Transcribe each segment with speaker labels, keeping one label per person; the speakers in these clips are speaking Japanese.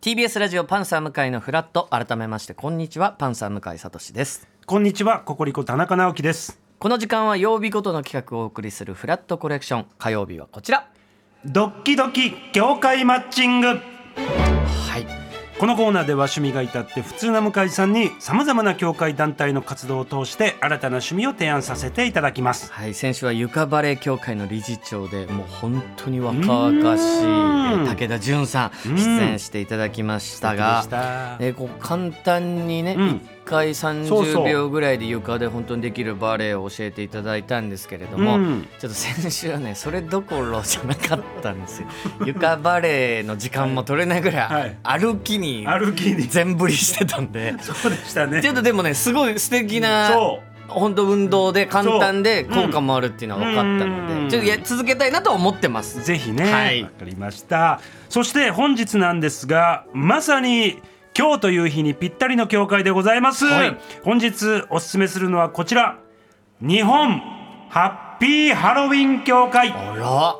Speaker 1: TBS ラジオパンサー向井のフラット改めましてこんにちはパンサー向井聡です
Speaker 2: こんにちは、ココリコ田中直樹です。
Speaker 1: この時間は曜日ごとの企画をお送りするフラットコレクション火曜日はこちら
Speaker 2: ドッキドキ業界マッチング。
Speaker 1: はい
Speaker 2: このコーナーでは趣味が至って普通な向井さんにさまざまな協会団体の活動を通して新たな趣味を提案させていただきます。
Speaker 1: はい、先週は床バレエ協会の理事長でもう本当に若々しいえ
Speaker 2: うー
Speaker 1: ー
Speaker 2: ん
Speaker 1: 武田純さ
Speaker 2: うんん
Speaker 1: 出演していただきましたが
Speaker 2: 素敵でした
Speaker 1: えーこう簡単にね、
Speaker 2: うん
Speaker 1: 1回
Speaker 2: そうそ
Speaker 1: 30
Speaker 2: う
Speaker 1: 秒ぐらいで床で本当にできるバレエを教えていただいたんですけれども、
Speaker 2: うん
Speaker 1: ちょっと先週はねそれどころじゃなかったん ですよ床バレエの時間も取れないぐらい歩きに
Speaker 2: 歩きに。
Speaker 1: 全振りしてたん で。
Speaker 2: そうでしたね
Speaker 1: ちょ。っとでもねすごい素敵な
Speaker 2: そ
Speaker 1: 本当運動で簡単で
Speaker 2: そうう
Speaker 1: 効
Speaker 2: ん
Speaker 1: 果もあるっていうのは分かったの
Speaker 2: う
Speaker 1: で
Speaker 2: ん
Speaker 1: ちょっとや続けたいなとは思ってま
Speaker 2: う。
Speaker 1: す。
Speaker 2: ぜひね。わ、
Speaker 1: はい
Speaker 2: かりました。そして本日なんですが、まさに。今日という日にぴったりの協会でございます、
Speaker 1: はい
Speaker 2: 本日おすすめするのはこちら日本ハッピーハロウィン協会
Speaker 1: あ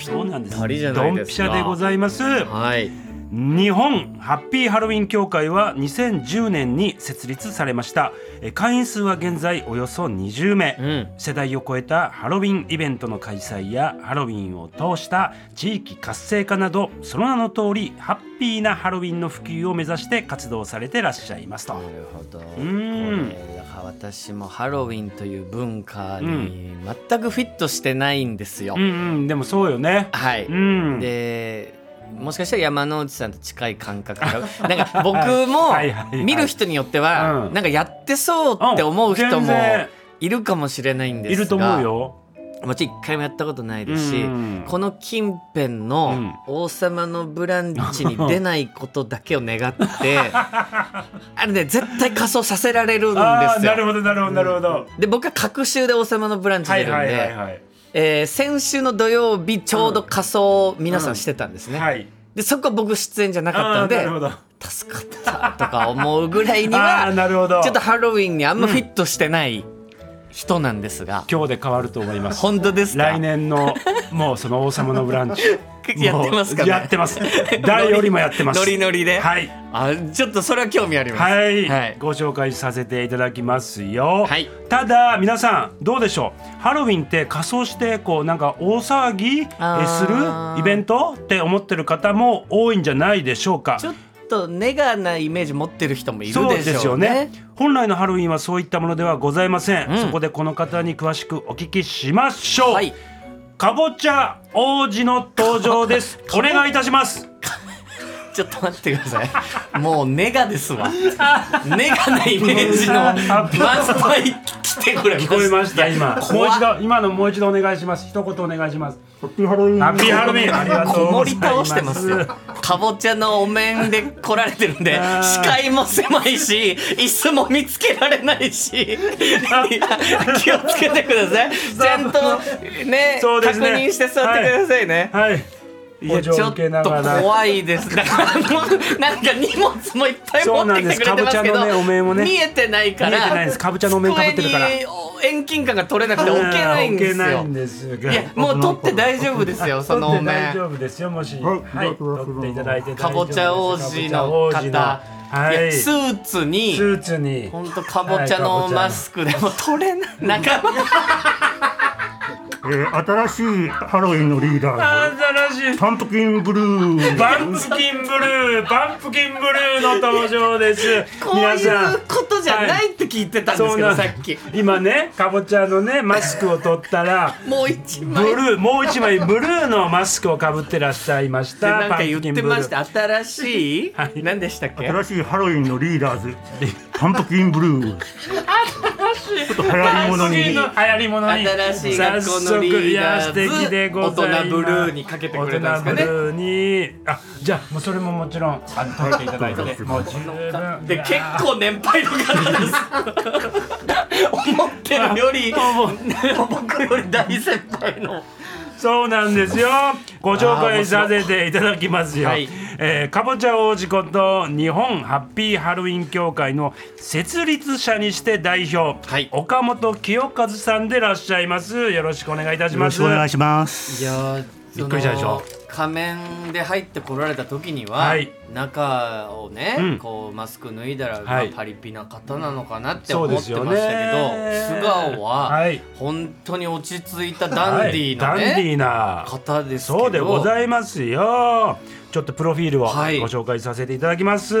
Speaker 2: そうなんです。
Speaker 1: ぴったりじゃない
Speaker 2: ド
Speaker 1: で
Speaker 2: ンピ
Speaker 1: す
Speaker 2: シ
Speaker 1: か
Speaker 2: ャでございます。
Speaker 1: らはい
Speaker 2: 日本ハッピーハロウィン協会は2010年に設立されました。えー会員数は現在およそ20名。
Speaker 1: うん
Speaker 2: 世代を超えたハロウィンイベントの開催やハロウィンを通した地域活性化などその名の通りハッピーなハロウィンの普及を目指して活動されてらっしゃいますと
Speaker 1: なるほどこ
Speaker 2: ん
Speaker 1: れだから私もハロウィンという文化に全くフィットしてないんですよ。
Speaker 2: うんうんでもそうよね
Speaker 1: はい、
Speaker 2: うん
Speaker 1: でもしかしたら山之内さんと近い感覚がなんか僕も
Speaker 2: はいはいはい
Speaker 1: 見る人によっては
Speaker 2: うん
Speaker 1: なんかやってそうって思う人
Speaker 2: うん全
Speaker 1: も
Speaker 2: 然
Speaker 1: いるかもしれないんです
Speaker 2: い
Speaker 1: が
Speaker 2: ると思うよ
Speaker 1: もちろん一回もやったことないですし、
Speaker 2: うん
Speaker 1: この近辺の「王様のブランチ」に出ないことだけを願って、 あれね絶対仮装させられるんで
Speaker 2: ああ
Speaker 1: す
Speaker 2: なる
Speaker 1: よ。
Speaker 2: ほどなるほどなるほど、
Speaker 1: で僕は隔週で「王様のブランチ」
Speaker 2: は
Speaker 1: 出
Speaker 2: い
Speaker 1: るん
Speaker 2: はいはい
Speaker 1: で
Speaker 2: はい
Speaker 1: えー先週の土曜日ちょうど仮装を皆さんしてたんですね。
Speaker 2: はい
Speaker 1: でそこは僕出演じゃなかった
Speaker 2: あ
Speaker 1: の
Speaker 2: ーな
Speaker 1: で
Speaker 2: るほど
Speaker 1: 助かったとか思うぐらいに
Speaker 2: ああー
Speaker 1: は
Speaker 2: なるほど
Speaker 1: ちょっとハロウィンにあんまフィットしてない人なんですが、
Speaker 2: 今日で変わると思います
Speaker 1: 本当ですか
Speaker 2: 来 年のもうその王様のブランチ
Speaker 1: やってますか
Speaker 2: もう
Speaker 1: ね
Speaker 2: やって ます 誰よりもやってます
Speaker 1: ノリノリで、
Speaker 2: はい
Speaker 1: あちょっとそれは興味あります
Speaker 2: はい、
Speaker 1: はい、
Speaker 2: ご紹介させていただきますよ、
Speaker 1: はい
Speaker 2: ただ皆さんどうでしょうハロウィンって仮装してこうなんか大騒ぎえ
Speaker 1: あー
Speaker 2: するイベントって思ってる方も多いんじゃないでしょうか
Speaker 1: ちょっとネガなイメージ持ってる人もいる
Speaker 2: そう
Speaker 1: で
Speaker 2: です
Speaker 1: しょ
Speaker 2: よ
Speaker 1: うね
Speaker 2: ね本来のハロウィンはそういったものではございません、
Speaker 1: うん
Speaker 2: そこでこの方に詳しくお聞きしましょう、
Speaker 1: はい
Speaker 2: かぼちゃ王子の登場 ですお願いいたします
Speaker 1: ちょっと待ってください もうネガですわネガなイメー ジの満載来てくれま
Speaker 2: 聞こえ
Speaker 1: し
Speaker 2: ました今も
Speaker 1: 怖
Speaker 2: う
Speaker 1: っ
Speaker 2: 一度今のもう一度お願いします一言お願いしますハッピーハロウィンハッピーハロウィンありが
Speaker 1: た
Speaker 2: とう
Speaker 1: こ
Speaker 2: ご
Speaker 1: も
Speaker 2: ざ
Speaker 1: り
Speaker 2: い
Speaker 1: 倒
Speaker 2: ます
Speaker 1: してますよかぼちゃのお面で来られてるんで
Speaker 2: あー
Speaker 1: 視界も狭いし椅子も見つけられないし いや気をつけてくださいちゃんとね
Speaker 2: そうで
Speaker 1: 確
Speaker 2: すね
Speaker 1: 認して座ってくださいね、
Speaker 2: はい
Speaker 1: いや
Speaker 2: 家
Speaker 1: ちょ
Speaker 2: 長
Speaker 1: っ
Speaker 2: 受けな
Speaker 1: と
Speaker 2: がら
Speaker 1: 怖いですだからあのなんか荷物もいっぱい持ってきてくれてますけ
Speaker 2: そうなんですかぼちゃのね
Speaker 1: ど
Speaker 2: お面をね
Speaker 1: 見えてないから
Speaker 2: 見えてないですかぼちゃのお面被ってるから
Speaker 1: 机に遠近感が取れなくて置けないんです
Speaker 2: あー置けない
Speaker 1: よ
Speaker 2: んです
Speaker 1: い
Speaker 2: が
Speaker 1: やもう取って大丈夫ですよそのお
Speaker 2: 取って大
Speaker 1: 面
Speaker 2: 丈夫ですよもし
Speaker 3: はい
Speaker 2: はい取っていただいて大丈夫です
Speaker 1: かぼちゃ王子
Speaker 2: か
Speaker 1: の
Speaker 2: ぼちゃ王子
Speaker 1: 方
Speaker 2: のはいい
Speaker 1: やスーツに
Speaker 2: スーツに
Speaker 1: 本当かぼちゃのマスクでも取れない仲間
Speaker 3: えー新しいハロウィンのリーダー
Speaker 2: はいかぼちゃの新しい
Speaker 3: パンプキンブルー
Speaker 2: バンプキンブルーバンプキンブルーの登場です
Speaker 1: こう
Speaker 2: 皆
Speaker 1: い
Speaker 2: さ
Speaker 1: うんことじゃないって聞いてたんですけどさっき
Speaker 2: 今ねかぼちゃのねマスクを取っ たら
Speaker 1: もう一
Speaker 2: ブ
Speaker 1: 枚
Speaker 2: ルーもう一枚ブルーのマスクをかぶってらっしゃいました
Speaker 1: なんか言ってまし
Speaker 2: パン
Speaker 1: た新しい何でしたっけ
Speaker 3: 新しいハロウィンのリーダーズパンプキンブルーちょっと流
Speaker 2: プキンブ
Speaker 3: 行り
Speaker 2: ルー
Speaker 3: ものに
Speaker 2: 新しいの流行り物に
Speaker 1: 新しい学校のリーダーズ
Speaker 2: 早速いや素敵でございます
Speaker 1: 大人ブルーにかけてくれたんですかね
Speaker 2: 大人ブルーにあじゃあもうそれももちろんあの取っていただいてもう十分
Speaker 1: で結構年配の方です 思ってるより 僕より大先輩の
Speaker 2: そうなんですよご紹介させていただきますよ、
Speaker 1: あー面白
Speaker 2: えーかぼちゃ王子こと日本ハッピーハロウィン協会の設立者にして代表、
Speaker 1: はい
Speaker 2: 岡本清和さんでいらっしゃいますよろしくお願いいたし
Speaker 3: よろ
Speaker 2: ま
Speaker 3: し
Speaker 2: す
Speaker 3: くお願いします
Speaker 1: いやー
Speaker 3: びっくりしたでしょ
Speaker 1: その仮面で入ってこられた時には、
Speaker 2: はい
Speaker 1: 中をね、
Speaker 2: うん
Speaker 1: こうマスク脱いだら、
Speaker 2: はい
Speaker 1: まあパリピな方なのかなって
Speaker 2: そ
Speaker 1: 思
Speaker 2: う
Speaker 1: って
Speaker 2: で
Speaker 1: まし
Speaker 2: す
Speaker 1: たけ
Speaker 2: よ
Speaker 1: ど、
Speaker 2: ね
Speaker 1: 素顔は、
Speaker 2: はい
Speaker 1: 本当に落ち着いたダンディーな、ね
Speaker 2: はいダンディーな
Speaker 1: 方ですけど
Speaker 2: そうでございますよちょっとプロフィールをご
Speaker 1: はい
Speaker 2: 紹介させていただきます、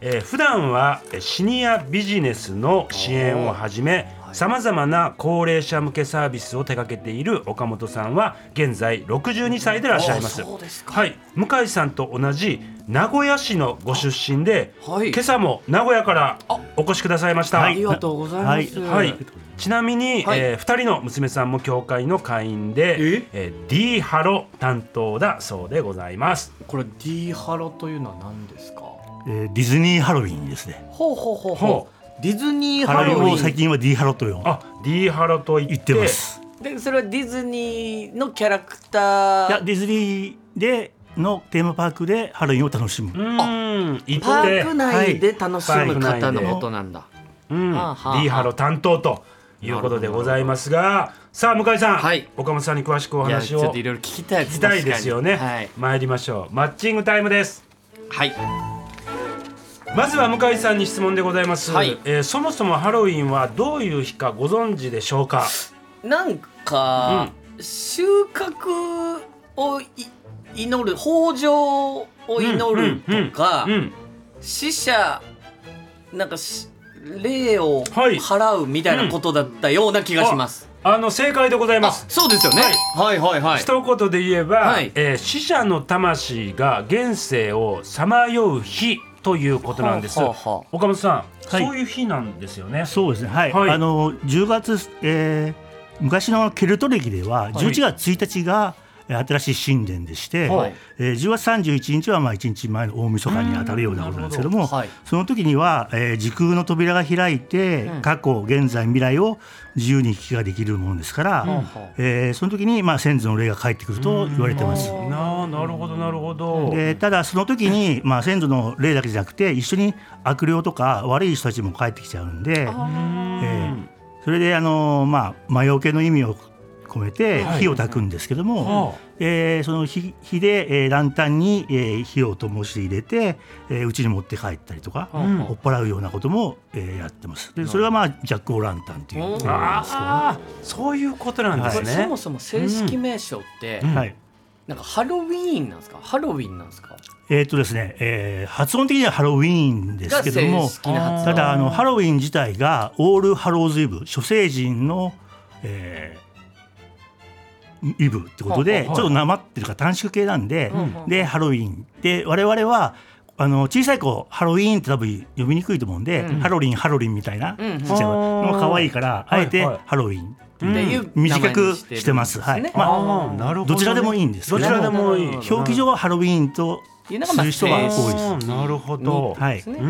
Speaker 2: えー普段はえーシニアビジネスの支援をはじめ
Speaker 1: はい
Speaker 2: さまざまな高齢者向けサービスを手掛けている岡本さんは現在62歳でいらっしゃいます
Speaker 1: あそうですか
Speaker 2: はい、向井さんと同じ名古屋市のご出身で、
Speaker 1: あはい
Speaker 2: 今朝も名古屋から
Speaker 1: あ
Speaker 2: お越しくださいました、
Speaker 1: ありがとうございます、
Speaker 2: はい、ちなみに、
Speaker 1: はい
Speaker 2: えー、2人の娘さんも教会の会員で
Speaker 1: え、
Speaker 2: えー、D ハロ担当だそうでございます
Speaker 1: これ D ハロというのは何ですか
Speaker 3: えーディズニーハロウィンですね
Speaker 1: ほうほうほう
Speaker 2: ほ
Speaker 1: ほうディズニー
Speaker 3: ハ
Speaker 1: ハ
Speaker 3: ロ
Speaker 1: ロ
Speaker 3: ウ
Speaker 1: ウ
Speaker 3: ィン
Speaker 1: ィ
Speaker 3: を
Speaker 1: ン
Speaker 3: 最近は D ハロと呼ん
Speaker 2: あ D ハロと言って
Speaker 3: 言ってます
Speaker 1: でそれはディズニーのキャラクター
Speaker 3: いやディズニーでのテーマパークでハロウィンを楽しむ
Speaker 2: うーん言って
Speaker 1: パーク内で楽しむ方のことなんだ、
Speaker 2: うん、
Speaker 1: はあはあ
Speaker 2: D ハロ担当ということでございますがさあ向井さん、
Speaker 1: はい
Speaker 2: 岡本さんに詳しくお
Speaker 1: いや
Speaker 2: 話
Speaker 1: ちょ
Speaker 2: を
Speaker 1: っとい
Speaker 2: 聞
Speaker 1: ろいろ聞きたいで
Speaker 2: き
Speaker 1: す
Speaker 2: たいですよね、
Speaker 1: 確かに
Speaker 2: 参りましょうマッチングタイムです
Speaker 1: はい、はい、
Speaker 2: まずは向井さんに質問でございます、
Speaker 1: はい
Speaker 2: えーそもそもハロウィンはどういう日かご存知でしょうか
Speaker 1: なんか、収穫をい祈る豊穣を祈るとか、
Speaker 2: うんうんうん
Speaker 1: 死者なんかし霊を
Speaker 2: はい
Speaker 1: 払うみたいなことだったような気がします、
Speaker 2: あの正解でございま
Speaker 1: あ
Speaker 2: す。
Speaker 1: そうですよね、はい、はいはい
Speaker 2: 一言で言えば、
Speaker 1: はい
Speaker 2: えー死者の魂が現世をさまよう日ということなんです。
Speaker 1: はあはあはあ
Speaker 2: 岡本さん、
Speaker 3: はい
Speaker 2: そういう日なんですよね。
Speaker 3: そうですねはい、
Speaker 2: はい
Speaker 3: あの10月、えー昔のケルト歴では11月1日がえー新しい神殿でして、
Speaker 2: はい
Speaker 3: えー10月31日はまあ1日前の大晦日に当たるようなものなんですけども
Speaker 2: う
Speaker 1: はい
Speaker 3: その時には、えー時空の扉が開いて、
Speaker 1: うん
Speaker 3: 過去現在未来を自由に行き来ができるものですから、えーその時に、まあ、先祖の霊が帰ってくると言われてます。
Speaker 2: なあ、なるほど、なるほど。
Speaker 3: でただその時に、まあ、先祖の霊だけじゃなくて一緒に悪霊とか悪い人たちも帰ってきちゃうんで、えーそれであのーまあ魔除けの意味を込めて
Speaker 2: はい
Speaker 3: 火を焚くんですけども、
Speaker 2: はあ
Speaker 3: えーその火火で、えーランタンに、えー火を灯して入れてえーうち、に持って帰ったりとか、
Speaker 2: ん
Speaker 3: 追っ払うようなことも、えーやってますでそれがまあジャック・オー・ランタンってい
Speaker 1: うん
Speaker 3: うものですけどね
Speaker 2: ああ、そういうことなんで
Speaker 1: こ
Speaker 2: す
Speaker 1: れ
Speaker 2: ね。
Speaker 1: そもそも正式名称って、
Speaker 2: うん
Speaker 3: はい
Speaker 1: なんかハロウィーンなんですかハロウィンなんですか
Speaker 3: えーっとですね、えー発音的にはハロウィーンです
Speaker 1: が
Speaker 3: けども
Speaker 1: 正式な発音
Speaker 3: ただあのハロウィン自体がオールハローズイブ諸星人の、えーイブってこと
Speaker 2: は
Speaker 3: で
Speaker 2: い
Speaker 3: ち
Speaker 2: は
Speaker 3: ょ
Speaker 2: い
Speaker 3: っとなまってるから短縮系なんで、
Speaker 1: うん
Speaker 3: でハロウィンで我々はあの小さい子ハロウィーンって多分呼びにくいと思うんで、
Speaker 1: うん
Speaker 3: ハロリンハロリンみたいな、
Speaker 1: うんうん
Speaker 3: ちっちゃいのが可愛いから
Speaker 2: はい
Speaker 3: あえて
Speaker 2: はい
Speaker 3: ハロウィン
Speaker 1: っていう名前
Speaker 3: 短
Speaker 1: にし
Speaker 3: く
Speaker 1: てるんですね
Speaker 3: してますはいま
Speaker 2: ああ、なるほどね、
Speaker 3: どちらでもいいんですけ
Speaker 2: ど
Speaker 3: ど
Speaker 2: ちらでもいい。
Speaker 1: うん
Speaker 3: 表記上はハロウィーンと
Speaker 1: いうのがまあ
Speaker 3: する人が多いです
Speaker 2: あーなるほど。
Speaker 1: うん
Speaker 3: はい
Speaker 1: です
Speaker 2: う
Speaker 1: ね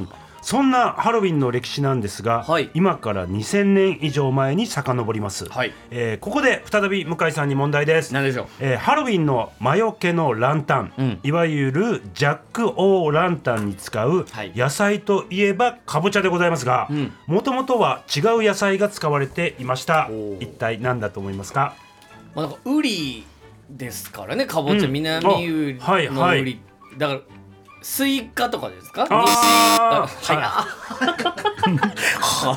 Speaker 2: ん、そんなハロウィンの歴史なんですが、
Speaker 1: はい
Speaker 2: 今から2000年以上前に遡ります、
Speaker 1: はい
Speaker 2: えーここで再び向井さんに問題です、
Speaker 1: なんでしょう
Speaker 2: えーハロウィンの魔除けのランタン、
Speaker 1: うん
Speaker 2: いわゆるジャック・オー・ランタンに使う
Speaker 1: はい
Speaker 2: 野菜といえばかぼちゃでございますが
Speaker 1: うん
Speaker 2: もともとは違う野菜が使われていました
Speaker 1: おー
Speaker 2: 一体何だと思いますか
Speaker 1: まあなんかウリですからねかぼちゃ、
Speaker 2: うん
Speaker 1: 南ウリ
Speaker 2: あはい
Speaker 1: の
Speaker 2: はい
Speaker 1: ウリだからスイカとかですか
Speaker 2: あー
Speaker 1: 西あ早
Speaker 2: は
Speaker 1: っ早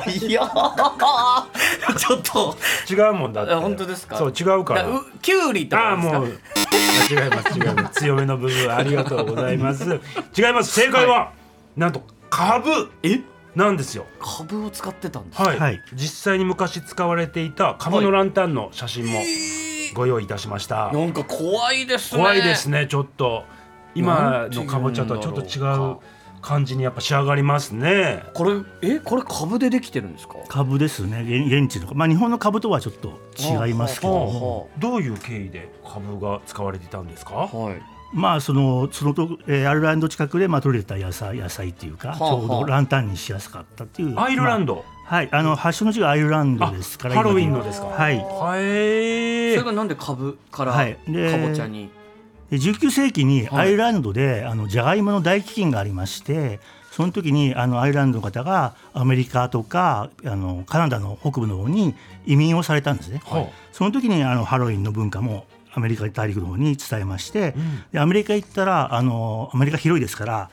Speaker 1: っ ちょっと
Speaker 2: 違うもんだって
Speaker 1: あ本当ですか
Speaker 2: そう違うから
Speaker 1: だうきゅうりと
Speaker 2: ああ
Speaker 1: かですか
Speaker 2: もう違います違います強めの部分ありがとうございます違います正解は、なんと株
Speaker 1: え
Speaker 2: なんですよ
Speaker 1: かぶを使ってたんですか
Speaker 2: はい、
Speaker 3: はい
Speaker 2: 実際に昔使われていた株のランタンの写真もご用意いたしました、
Speaker 1: なんか怖いですね
Speaker 2: 怖いです
Speaker 1: ね
Speaker 2: ねちょっと今のかぼちゃとはちょっと違う感じにやっぱ仕上がりますね
Speaker 1: これえこれかぶでできてるんですか
Speaker 3: 株ですね現現地のまあ日本の株とはちょっと違いますけど
Speaker 1: ほうほう
Speaker 3: も
Speaker 1: ほ
Speaker 2: どういう経緯で株が使われていたんですか
Speaker 1: はい
Speaker 3: まあそのそのと、えーアイルランド近くでまあ取れた野菜野菜っていうか、
Speaker 1: はあはあ
Speaker 3: ちょうどランタンにしやすかったっていう
Speaker 2: アイルラン
Speaker 3: ド、
Speaker 2: ド、
Speaker 3: まあはいあの発祥の地がアイルランドですから
Speaker 2: あハロウィン
Speaker 3: 今
Speaker 2: のですか
Speaker 3: はい
Speaker 2: はい
Speaker 1: それがなんでかぶからか
Speaker 3: はいで
Speaker 1: ぼちゃに
Speaker 3: で19世紀に
Speaker 1: はい
Speaker 3: アイルランドで、あのジャガイモの大飢饉がありましてその時にあのアイルランドの方がアメリカとかあのカナダの北部の方に移民をされたんですね、
Speaker 2: はい
Speaker 3: その時にあのハロウィンの文化もあアメリカ大陸の方に伝えまして、でアメリカ行ったらあのアメリカ広いですから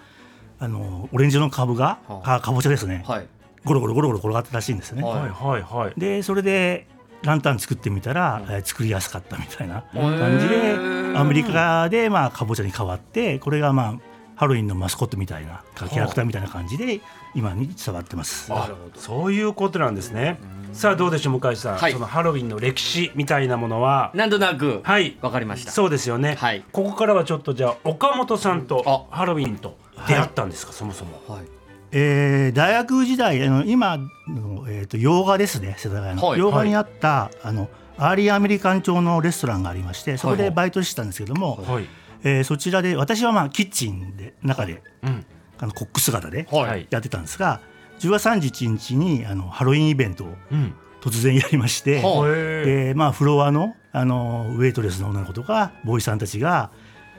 Speaker 3: あのオレンジ色の株が、
Speaker 1: は
Speaker 3: あ、かぼちゃですね、
Speaker 1: はい
Speaker 3: ゴロゴロゴロゴロ転がったらしいんですよね。
Speaker 1: はい
Speaker 2: はいはいはい
Speaker 3: でそれでランタン作ってみたら、えー作りやすかったみたいな感じ
Speaker 1: へ
Speaker 3: で
Speaker 1: ー
Speaker 3: アメリカでまあかぼちゃに変わってこれがまあハロウィンのマスコットみたいなキャラクターみたいな感じで今に伝わってます。
Speaker 1: なるほど
Speaker 2: そういうことなんですね。さあどうでしょう向井さん、
Speaker 1: はい
Speaker 2: そのハロウィンの歴史みたいなものは、
Speaker 1: なんとなく
Speaker 2: はい、
Speaker 1: わかりました
Speaker 2: そうですよね。
Speaker 1: はい
Speaker 2: ここからはちょっとじゃあ岡本さんと
Speaker 1: あ
Speaker 2: ハロウィンと出会ったんですか、そもそも。
Speaker 1: はい
Speaker 3: えー大学時代あの今の、えー、と洋画ですね世田谷の、
Speaker 1: はい
Speaker 3: 洋画にあった、あのアーリーアメリカン町のレストランがありましてそこ
Speaker 1: はい
Speaker 3: で
Speaker 1: はい
Speaker 3: バイトしてたんですけども、
Speaker 2: はい。
Speaker 3: えーそちらで私はまあキッチンで中で
Speaker 2: うん。
Speaker 3: あのコック姿で
Speaker 1: はい
Speaker 2: はい。
Speaker 3: やってたんですが10月31日にあのハロウィンイベントを
Speaker 2: うん。
Speaker 3: 突然やりまして、
Speaker 1: はあ
Speaker 2: へえ。
Speaker 3: でまあ、フロアのあのウェイトレスの女の子とかボーイさんたちが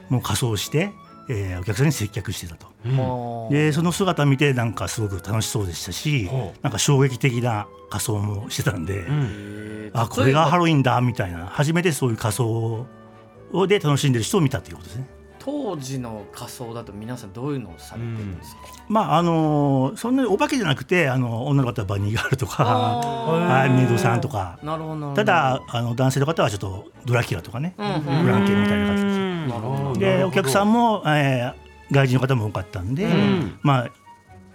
Speaker 3: もう仮装して、えーお客さんに接客してた
Speaker 2: うん
Speaker 3: と。
Speaker 1: もう
Speaker 3: でその姿見てなんかすごく楽しそうでしたし
Speaker 2: ほう
Speaker 3: なんか衝撃的な仮装もしてたんで、
Speaker 2: うん。
Speaker 3: あこれがハ
Speaker 1: ロ
Speaker 3: ロウィンだみたいな初めてそういう仮装をで楽しんでる人を見たっていうことですね。
Speaker 1: 当時の仮装だと皆さんどういうのをされてるんですか、
Speaker 3: まああのそんなにお化けじゃなくてあの女の方はバニーガールとか、
Speaker 1: あ
Speaker 3: はい、メイドさんとか
Speaker 1: ーなるほどなるほど
Speaker 3: ただあの男性の方はちょっとドラキュラとかね、
Speaker 1: うんうん
Speaker 3: ブランケンみたいな感じです
Speaker 2: なるほど
Speaker 3: でお客さんも、えー外人の方も多かったんで、
Speaker 2: ん
Speaker 3: まあ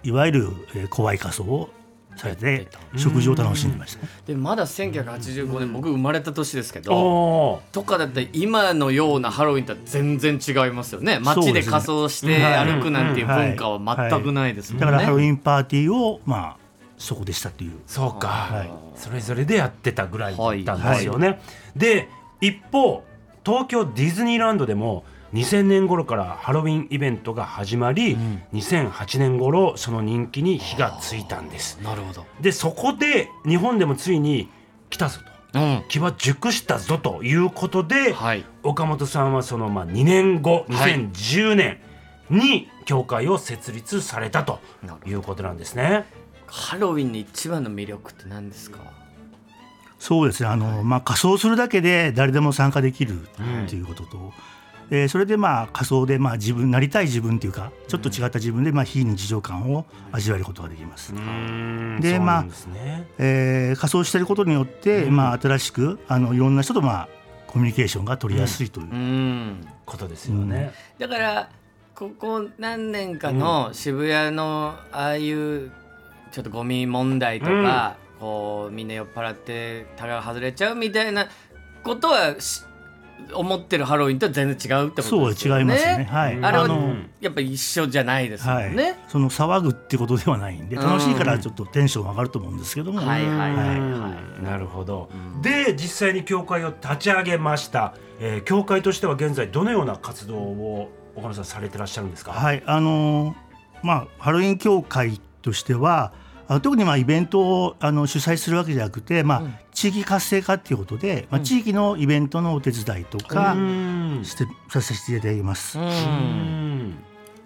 Speaker 3: いわゆる、えー怖い仮装をされて
Speaker 2: うん
Speaker 3: 食事を楽しんでましたね、
Speaker 1: でまだ1985年僕生まれた年ですけ
Speaker 2: お
Speaker 1: ど
Speaker 2: おー。
Speaker 1: とかだって今のようなハロウィンとは全然違いますよね
Speaker 3: そ
Speaker 1: 街で
Speaker 3: うですね
Speaker 1: 仮装して歩くなんていう文化は全くないですもんね、
Speaker 3: だからハロウ
Speaker 1: ン
Speaker 3: ィンパーティーをまあそこでしたっていう
Speaker 2: そうか、
Speaker 3: はい
Speaker 2: それぞれでやってたぐらいだったんですよね。で一方東京ディズニーランドでも2000年頃からハロウィンイベントが始まり、2008年頃その人気に火がついたんです。
Speaker 1: なるほど、
Speaker 2: でそこで日本でもついに来たぞと
Speaker 1: うん
Speaker 2: 気は熟したぞということで、
Speaker 1: はい、
Speaker 2: 岡本さんはそのまあ2年後
Speaker 1: はい
Speaker 2: 2010年に協会を設立されたと
Speaker 1: なるほ
Speaker 2: いうことなんですね。
Speaker 1: ハロウィンの一番の魅力って何ですか
Speaker 3: そうですねあの、まあ、仮装するだけで誰でも参加できるっていうことと、えーそれでまあ仮装でまあ自分なりたい自分っていうかちょっと違った自分でまあ非日常感を味わえることができます。
Speaker 2: うーん
Speaker 3: で
Speaker 2: そう
Speaker 3: まあ
Speaker 2: なんですね
Speaker 3: えー仮装してることによって、
Speaker 2: うん
Speaker 3: まあ、新しくあのいろんな人と、まあ、コミュニケーションが取りやすいという、
Speaker 1: うん
Speaker 2: ことですよね。
Speaker 1: だからここ何年かの渋谷のああいうちょっとゴミ問題とか、こうみんな酔っ払ってタラが外れちゃうみたいなことはし思ってるハロウィンとは全然違うってこと
Speaker 3: そう
Speaker 1: です
Speaker 3: 違
Speaker 1: よ
Speaker 3: い
Speaker 1: ね。
Speaker 3: ますね。はい、
Speaker 1: あれは
Speaker 2: あの
Speaker 1: やっぱ一緒じゃないですも
Speaker 3: は
Speaker 1: ん
Speaker 3: い
Speaker 1: ね。
Speaker 3: その騒ぐってことではないんで
Speaker 1: うん
Speaker 3: 楽しいからちょっとテンション上がると思うんですけども、
Speaker 1: はいはいはいはい
Speaker 2: うんなるほど。で実際に協会を立ち上げました。えー協会としては現在どのような活動を岡野さんされてらっしゃるんですか。
Speaker 3: はいあのーまあ、ハロウィン協会としてはあの特にまあイベントをあの主催するわけじゃなくて、まあ
Speaker 1: うん
Speaker 3: 地域活性化っていうことで、まあ、地域のイベントのお手伝いとか
Speaker 2: うん
Speaker 3: して、させていただきます。
Speaker 1: うん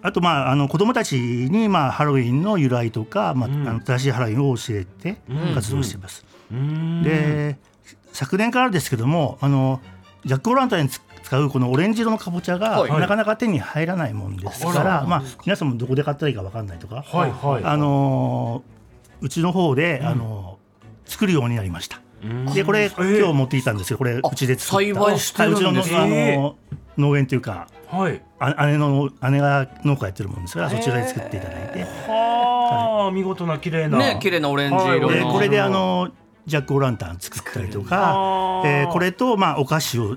Speaker 3: あと、まあ、あの子どもたちに、まあ、ハロウィンの由来とか、まあ
Speaker 2: うん
Speaker 3: あの正しいハロウィンを教えて
Speaker 2: うん
Speaker 3: 活動しています。
Speaker 2: うん
Speaker 3: で昨年からですけどもあのジャック・オランタンにつ使うこのオレンジ色のかぼちゃが、
Speaker 1: はい
Speaker 3: なかなか手に入らないもんですか
Speaker 2: あら
Speaker 3: ら、まあ、皆さんもどこで買ったらいいか分かんないとか、
Speaker 2: はいはい。
Speaker 3: あのーうちの方で、あのー作るようになりました。
Speaker 2: うん
Speaker 3: でこれ、
Speaker 2: ー
Speaker 3: 今日持ってきたんですよこれうちで作
Speaker 1: 栽
Speaker 3: った
Speaker 1: 培してるんですね
Speaker 3: はいうちの、あのー農園というか
Speaker 2: はい。
Speaker 3: あ姉の姉が農家やってるもんですからそちらで作っていただいて、
Speaker 2: はあ見事な綺麗な。
Speaker 1: ね綺麗なオレンジ色
Speaker 2: は
Speaker 3: で
Speaker 2: い
Speaker 1: の。
Speaker 3: これであのジャック・オーランタン作ったりとか
Speaker 2: 作、る
Speaker 3: えーこれと、まあ、お菓子を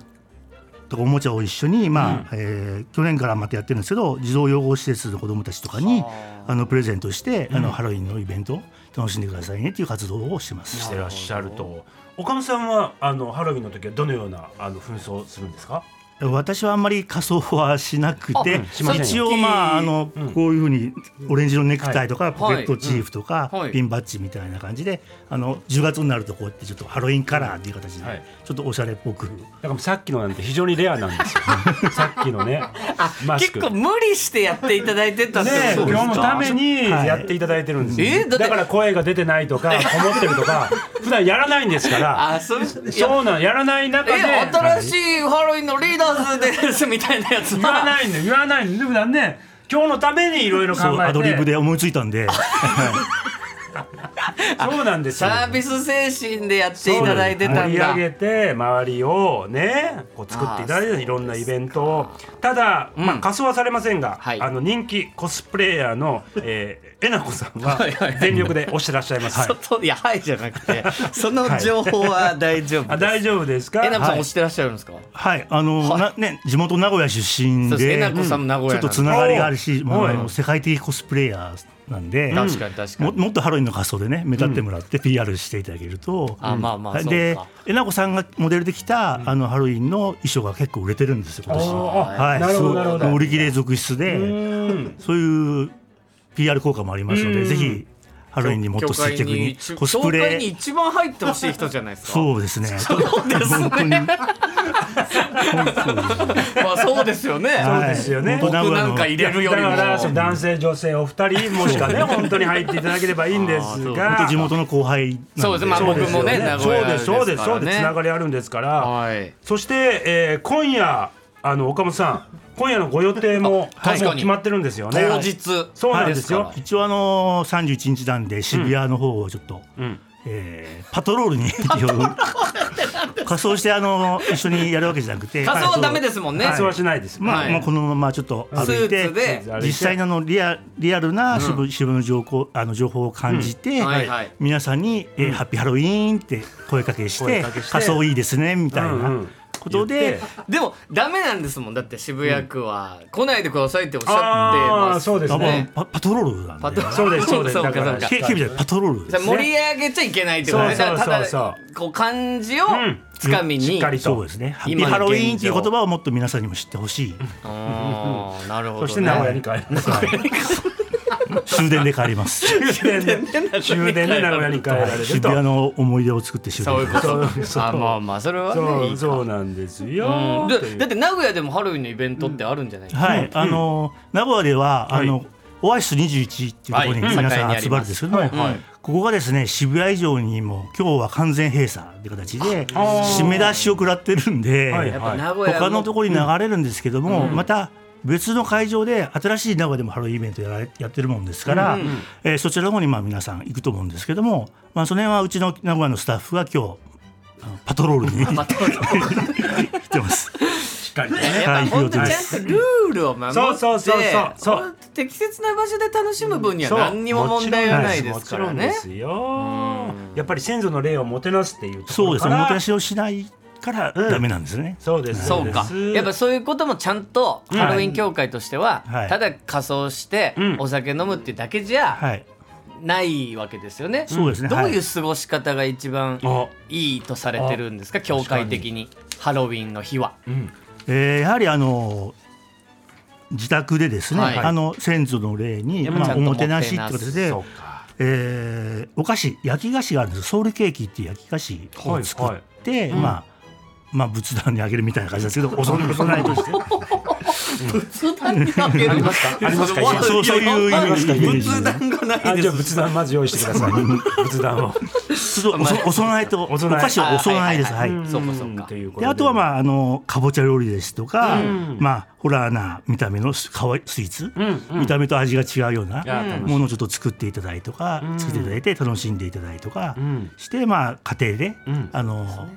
Speaker 3: とかおもちゃを一緒に、まあえー去年からまたやってるんですけど児童養護施設の子どもたちとかに
Speaker 1: はあ
Speaker 3: あのプレゼントして、あのハロウィンのイベントを楽しんでくださいねっていう活動をしてま
Speaker 2: し
Speaker 3: す
Speaker 2: て。らっしゃると。岡野さんはあのハロウィンの時はどのようなあの紛争するんですか。
Speaker 3: 私はあんまり仮装はしなくて、
Speaker 2: あしません
Speaker 3: 一応まああの、
Speaker 2: うん
Speaker 3: こういうふうにオレンジのネクタイとか、ポケットチーフとか、
Speaker 1: はい
Speaker 3: ピンバッジみたいな感じであの10月になるとこうやってちょっとハロウィンカラーっていう形で、
Speaker 2: はい
Speaker 3: ちょっとおしゃれっぽく、
Speaker 2: だからさっきのなんて非常にレアなんですよ。 さっきのね。マス
Speaker 1: 結
Speaker 2: ク。
Speaker 1: 構無理してやっていただいてたって
Speaker 2: ねえ、
Speaker 1: ことです
Speaker 2: 今
Speaker 1: か
Speaker 2: 日のためにやっていただいてるんですよ、
Speaker 1: はいえだって
Speaker 2: だから声が出てないとかこもってるとか普段やらないんですから
Speaker 1: あそう
Speaker 2: そうなんやらない中で
Speaker 1: え新しいハロウィンのリーダーズですみたいなやつ
Speaker 2: 言わ
Speaker 1: は
Speaker 2: ないんで言わないんで普段ね今日のためにいろいろ考
Speaker 3: そう
Speaker 2: えて
Speaker 3: アドリブで思いついたん で
Speaker 2: そうなんですよ
Speaker 1: サービス精神でやっていただいてたんだ
Speaker 2: 盛り上げて周りをねこう作っていただいていろんなイベントをただ、まあ、
Speaker 1: うん
Speaker 2: 仮装はされませんが、
Speaker 1: はい
Speaker 2: あの人気コスプレイヤーの、えー、えなこさんは
Speaker 1: はいはいはい
Speaker 2: 全力で推してらっしゃいま す。
Speaker 1: ちょっといやはいじゃなくてその情報は大丈夫
Speaker 2: あ
Speaker 1: です
Speaker 2: 大丈夫ですか
Speaker 1: えなこさん
Speaker 2: はい
Speaker 1: 押してらっしゃるんですか
Speaker 3: はいあの、なね地元名古屋出身
Speaker 1: そうです
Speaker 3: で
Speaker 1: えなこさんも名古屋
Speaker 3: ち
Speaker 1: なん
Speaker 3: ょっ
Speaker 1: で
Speaker 3: とつながりがあるし、
Speaker 2: お
Speaker 3: まあ、あ
Speaker 2: はい
Speaker 3: の世界的コスプレイヤーなんで
Speaker 1: 確かに確か
Speaker 3: も
Speaker 1: に
Speaker 3: もっとハロウィンの仮装でね目立ってもらって PR していただけると、
Speaker 1: あまあまあ
Speaker 3: はい
Speaker 1: そう
Speaker 3: で
Speaker 1: か
Speaker 3: えなこさんがモデルで来た、あのハロウィンの衣装が結構売れてるんですよ今年
Speaker 2: あーあ
Speaker 3: はい
Speaker 2: なるほど
Speaker 3: そう
Speaker 2: なるほど
Speaker 3: もう売り切れ続出
Speaker 2: う
Speaker 3: で
Speaker 2: ーん
Speaker 3: そういう PR 効果もありますの
Speaker 2: う
Speaker 3: で
Speaker 2: ん
Speaker 3: ぜひハロウィンにもっと積極的にコスプ
Speaker 1: 教会に
Speaker 3: レ
Speaker 1: 一番入ってほしい人じゃないですか
Speaker 3: そうですね
Speaker 1: そうですね。まあそうですよね。
Speaker 2: そうですよね
Speaker 3: 本当名
Speaker 1: 僕
Speaker 3: 古
Speaker 1: な
Speaker 3: 屋
Speaker 1: んか
Speaker 3: の
Speaker 1: 入れるよりも。
Speaker 2: だからその男性女性お二人もしかね本当に入っていただければいいんです
Speaker 1: あーそう
Speaker 2: が
Speaker 3: 本当地元の後輩なんで
Speaker 1: そうですまあ僕もね名古屋ですからね
Speaker 2: そうですそうですそうですつながりあるんですから、
Speaker 1: はい。
Speaker 2: そして、えー今夜あの岡本さん今夜のご予定も
Speaker 1: あ確かに
Speaker 2: もう決まってるんですよね
Speaker 1: 当日。
Speaker 2: そうなんですよ
Speaker 1: から
Speaker 3: 一応あのー、31日なんで渋谷の方をちょっと、
Speaker 2: うん
Speaker 3: えーパトロールに仮装してあのー一緒にやるわけじゃなくて
Speaker 1: 仮装はダメですもんね。
Speaker 2: 仮装はしないです、
Speaker 3: まあ、
Speaker 1: はい
Speaker 3: まあこのままちょっと歩い
Speaker 1: ス
Speaker 3: て
Speaker 1: ーツで
Speaker 3: 実際のあのリアリアルな渋,、渋谷の情報あの情報を感じて、
Speaker 1: うんはいはい
Speaker 3: 皆さんに、えーハッピーハロウィーン」って声かけして
Speaker 2: 声かけして
Speaker 3: 仮装いいですね」みたい
Speaker 2: うんう
Speaker 3: なんこと
Speaker 2: 言っ
Speaker 3: で
Speaker 2: て、
Speaker 1: でもダメなんですもん。だって渋谷区は来ないでくださいっておっしゃって
Speaker 2: あ
Speaker 1: ま
Speaker 2: あ
Speaker 1: す。
Speaker 2: そうです
Speaker 3: あまあ
Speaker 2: ね
Speaker 3: パパトロールなんで
Speaker 1: パトロール
Speaker 2: そうですそうです
Speaker 1: そうか
Speaker 2: だから
Speaker 1: そうか
Speaker 3: 警警備じゃないパトロールです、ね、
Speaker 1: 盛り上げちゃいけないってことね。
Speaker 2: そうそう
Speaker 1: だから
Speaker 2: そうそう
Speaker 1: ただこう漢字を
Speaker 2: ん
Speaker 1: つかみ
Speaker 2: し
Speaker 1: に。
Speaker 2: っかり
Speaker 3: そうですね。ハッピー
Speaker 1: 今の
Speaker 3: ハ
Speaker 1: 現状
Speaker 3: ロウィーンっていう言葉をもっと皆さんにも知ってほしい。
Speaker 1: あーなるほどね。
Speaker 2: そして名古屋に帰ります
Speaker 3: 終電で帰ります。
Speaker 2: 終電で終電で名古屋に帰られる
Speaker 3: 渋
Speaker 2: と
Speaker 3: 谷の思い出を作って終
Speaker 1: そういう
Speaker 3: 電で。
Speaker 2: そう
Speaker 1: こと。
Speaker 2: そう
Speaker 1: あまあまあそれは
Speaker 2: そ
Speaker 1: ね。いうい
Speaker 2: そうなんです
Speaker 1: う
Speaker 2: よ
Speaker 1: んでだって名古屋でもハロウィンのイベントってあるんじゃないですか。
Speaker 3: はい、あの名古屋ではあ
Speaker 2: は
Speaker 3: のオアシス21っていうところに
Speaker 1: はい
Speaker 3: 皆さ
Speaker 1: うん
Speaker 3: ん集まるんですけど
Speaker 2: は
Speaker 3: も
Speaker 2: いはい、
Speaker 3: ここがですね渋谷以上にも今日は完全閉鎖って形で締め出しを食らってるん
Speaker 2: はい
Speaker 3: で
Speaker 1: や、っぱ名古屋
Speaker 3: 他のと
Speaker 1: こ
Speaker 3: ころに流れるんですけども、また。別の会場で新しい名古屋でもハロウィーンイベントやられやってるもんですから、えーそちらの方にまあ皆さん行くと思うんですけども、まあ、その辺はうちの名古屋のスタッフが今日あのパトロールに行ってます。
Speaker 2: しっかりね
Speaker 1: やっぱ本当にちゃんとルールを守って、
Speaker 2: そうそうそうそうそう
Speaker 1: 適切な場所で楽しむ分には
Speaker 2: そう
Speaker 1: 何にも問題はないですからね
Speaker 2: も。ちろんですよやっぱり先祖の霊をもてなすっていうとこ
Speaker 3: そう
Speaker 2: ろ
Speaker 3: です
Speaker 2: か
Speaker 3: ね。お
Speaker 2: ら
Speaker 3: もてなしをしないからダメなんですね。
Speaker 2: そうです
Speaker 1: そうか
Speaker 2: です
Speaker 1: やっぱそういうこともちゃんと
Speaker 2: ん
Speaker 1: ハロウィン協会としては、
Speaker 3: はい
Speaker 1: ただ仮装して
Speaker 2: うん
Speaker 1: お酒飲むっていうだけじゃ
Speaker 3: はい。
Speaker 1: ないわけですよね。
Speaker 3: そうですね
Speaker 1: どう
Speaker 3: はい
Speaker 1: いう過ごし方が一番
Speaker 2: あ
Speaker 1: いいとされてるんですか協会的にハロウィンの日は。
Speaker 2: うん
Speaker 3: えーやはりあの自宅でですね、
Speaker 1: はい
Speaker 3: あの先祖の霊に、
Speaker 1: やっぱちゃ
Speaker 3: まあ、
Speaker 1: ん
Speaker 3: お
Speaker 1: と
Speaker 3: もてなしって形で
Speaker 2: そう、か
Speaker 3: えーお菓子焼き菓子があるんですソウルケーキっていう焼き菓子を作って、まあ、まあ仏壇にあげるみたいな感じですけどお供お供えとして
Speaker 1: 仏壇にあげる。あります
Speaker 2: ありますか
Speaker 3: そうそういうイメージ
Speaker 1: 仏壇がない
Speaker 2: あ
Speaker 1: で
Speaker 2: じゃあ
Speaker 1: す。
Speaker 2: 仏壇まず用意してください仏壇を
Speaker 3: ちょっとおそお供えとお
Speaker 2: 供え
Speaker 3: 菓子をお供えです
Speaker 1: あ
Speaker 3: はい、
Speaker 1: はいそうかそうか
Speaker 2: というこ
Speaker 3: で
Speaker 2: と
Speaker 3: あとは
Speaker 2: あ
Speaker 3: まああのかぼちゃ料理ですとか、
Speaker 2: ん
Speaker 3: まあホラーな見た目のスかわいスイーツ、
Speaker 2: うん
Speaker 3: 見た目と味が違うような
Speaker 2: や楽しい
Speaker 3: ものをちょっと作っていただいたりとか、作っていただいて楽しんでいただいたりとか
Speaker 2: ん
Speaker 3: して、まあ家庭で、
Speaker 2: ん
Speaker 3: あの